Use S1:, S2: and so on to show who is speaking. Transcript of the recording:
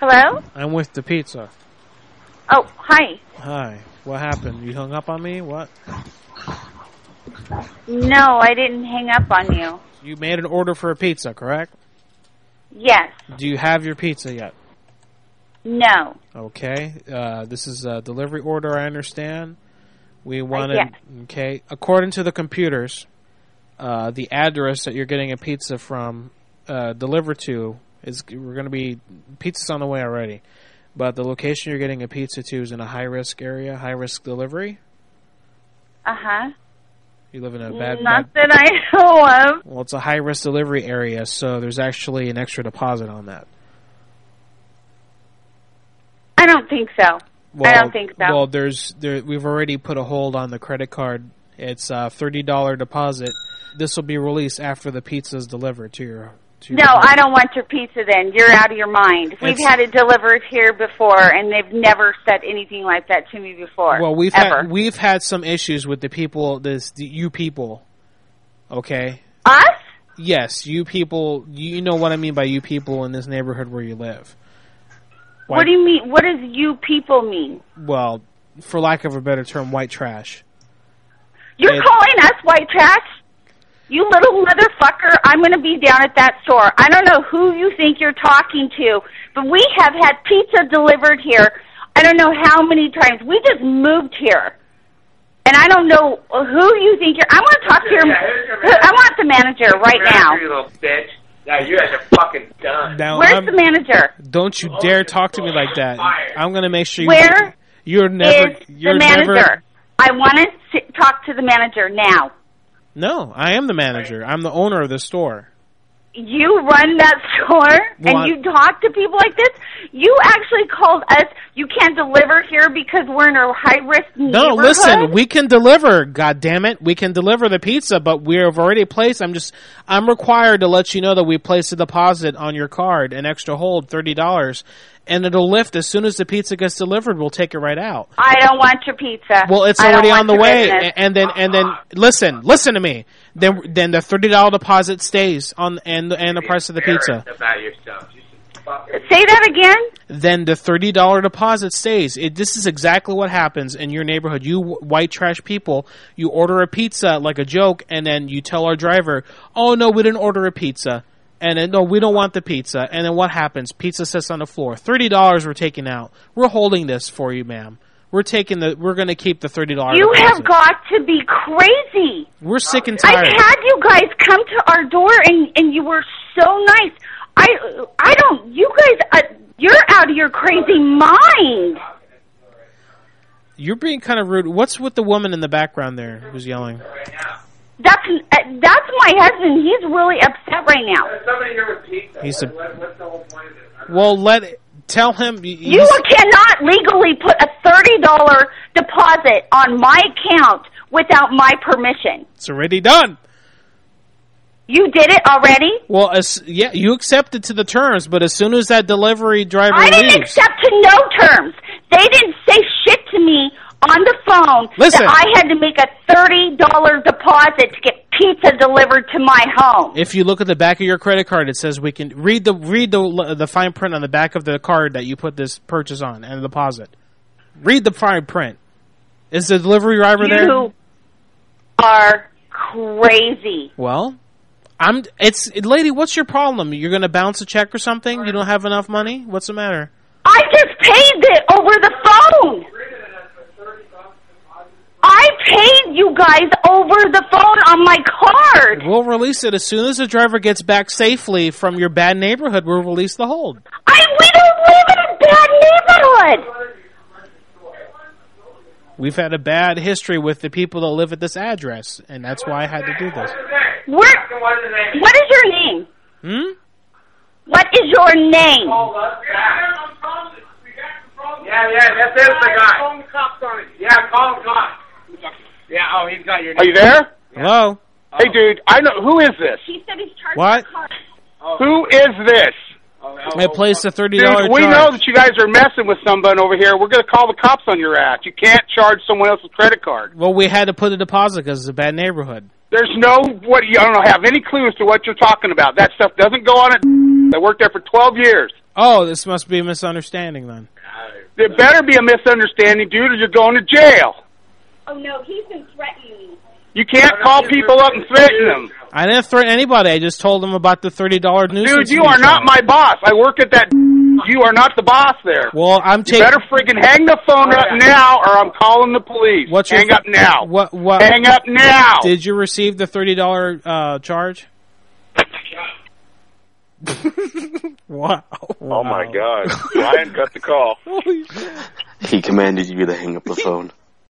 S1: Hello?
S2: I'm with the pizza.
S1: Oh, hi.
S2: Hi. What happened? You hung up on me? What?
S1: No, I didn't hang up on you.
S2: You made an order for a pizza, correct?
S1: Yes.
S2: Do you have your pizza yet?
S1: No.
S2: Okay. Uh, this is a delivery order, I understand. We wanted...
S1: Uh, yes.
S2: Okay. According to the computers, uh, the address that you're getting a pizza from uh, delivered to is... We're going to be... Pizza's on the way already. But the location you're getting a pizza to is in a high-risk area, high-risk delivery.
S1: Uh-huh.
S2: You live in a bad, bad
S1: Not that I know of.
S2: Well, it's a high risk delivery area, so there's actually an extra deposit on that.
S1: I don't think so.
S2: Well,
S1: I don't think so.
S2: Well, there's there we've already put a hold on the credit card. It's a thirty dollar deposit. This will be released after the pizza is delivered to your. To
S1: No,
S2: your
S1: I don't want your pizza then. You're out of your mind. We've
S2: It's-
S1: had it delivered here before, and they've never said anything like that to me before.
S2: Well, we've
S1: ever.
S2: had we've had some issues with the people. This the, you people. Okay.
S1: Us?
S2: Yes, you people. You know what I mean by you people in this neighborhood where you live.
S1: What do you mean? What does you people mean?
S2: Well, for lack of a better term, white trash.
S1: You're
S2: It-
S1: calling us white trash? You little motherfucker, I'm going to be down at that store. I don't know who you think you're talking to, but we have had pizza delivered here I don't know how many times. We just moved here. And I don't know who you think you're. I want to talk to your.
S3: Yeah, here's your manager.
S1: I want the manager right
S3: Come
S1: now.
S3: here, You little bitch. Now you guys are fucking done.
S2: Now,
S1: Where's
S2: I'm-
S1: the manager?
S2: Don't you dare talk to me like that.
S3: Fire.
S2: I'm gonna make sure you.
S1: Where
S2: you're
S1: Is
S2: never.
S1: the
S2: you're
S1: manager?
S2: never.
S1: I want to sit, talk to the manager now.
S2: No, I am the manager. I'm the owner of the store.
S1: you run that store and
S2: Well, I-
S1: you talk to people like this. You actually called us. You can't deliver here because we're in a high risk
S2: No, listen. We can deliver. God damn it, we can deliver the pizza, but we have already placed. I'm just. I'm required to let you know that we placed a deposit on your card, an extra hold, thirty dollars, and it'll lift as soon as the pizza gets delivered. We'll take it right out.
S1: I don't want your pizza.
S2: Well, it's
S1: I don't
S2: already
S1: want
S2: on the
S1: your
S2: way,
S1: business.
S2: a- and then and then listen, listen to me. Then then the thirty dollar deposit stays on and and the price of the pizza.
S3: About yourself. You should fucking.
S1: Say that again.
S2: Then the thirty dollar deposit stays. It, this is exactly what happens in your neighborhood. You wh- white trash people, you order a pizza like a joke, and then you tell our driver, "Oh no, we didn't order a pizza." And then, no, we don't want the pizza. And then what happens? Pizza sits on the floor. Thirty dollars we're taking out. We're holding this for you, ma'am. We're taking the. We're going to keep the thirty dollars.
S1: You have got to be crazy.
S2: We're sick and
S1: I've
S2: tired.
S1: had you guys come to our door and and you were so nice. I I don't. You guys, uh, you're out of your crazy mind.
S2: You're being kind of rude. What's with the woman in the background there who's yelling?
S3: Right now.
S1: That's uh, that's my husband. He's really upset right now.
S3: There's somebody here with pizza.
S2: He's
S3: What-
S2: a-
S3: what- what's the whole point of this? I don't
S2: Well, let tell him. y-
S1: You
S2: he's-
S1: cannot legally put a thirty dollar deposit on my account without my permission.
S2: it's already done.
S1: You did it already.
S2: Well, as, yeah, you accepted to the terms, but as soon as that delivery driver
S1: I
S2: leaves,
S1: didn't accept to no terms. They didn't say shit to me on the phone
S2: Listen.
S1: that I had to make a thirty dollar deposit to get pizza delivered to my home.
S2: if you look at the back of your credit card, it says we can read the read the the fine print on the back of the card that you put this purchase on and the deposit. Read the fine print. Is the delivery driver there?
S1: you are crazy.
S2: Well, I'm. It's lady. What's your problem? You're gonna bounce a check or something? You don't have enough money? What's the matter?
S1: I just paid it over the phone.
S3: agree with it. That's a 30 bucks deposit.
S1: I paid you guys over the phone on my card.
S2: We'll release it as soon as the driver gets back safely from your bad neighborhood. We'll release the hold.
S1: I we don't live in a bad neighborhood.
S2: We've had a bad history with the people that live at this address, and that's why I had to do this.
S3: What's his name?
S1: Where?
S3: What's his name?
S1: What is your name?
S2: Hmm?
S1: What is your name?
S3: Call us back. Yeah, yeah, that is the guy. Call the cops on it. Yeah, call the cops. Yeah, oh, he's got your
S4: Are you there?
S2: Hello?
S4: Hey, dude, I know who is this?
S1: He said he's charged
S2: What?
S1: the card.
S4: Who is this?
S3: Oh,
S2: I placed a thirty
S4: Dude,
S2: dollar
S4: we know that you guys are messing with someone over here. We're going to call the cops on your ass. You can't charge someone else's credit card.
S2: Well, we had to put a deposit because it's a bad neighborhood.
S4: There's no what you I don't have any clue as to what you're talking about. That stuff doesn't go on at. I worked there for 12 years.
S2: Oh, this must be a misunderstanding then.
S3: oh.
S4: There better be a misunderstanding, dude, or you're going to jail.
S1: Oh no, he's been threatening me.
S4: You can't call people up and threaten them.
S2: I didn't threaten anybody. I just told them about the thirty dollar nuisance.
S4: Dude, you are
S2: fee.
S4: not my boss. I work at that. You are not the boss there.
S2: Well, I'm
S4: You
S2: taking.
S4: better freaking hang the phone up now, or I'm calling the police.
S2: What's your
S4: hang up now.
S2: What? What?
S4: Hang up now.
S2: Did you receive the thirty dollar uh, charge? wow!
S5: Oh my God! Ryan cut the call.
S6: He commanded you to hang up the phone.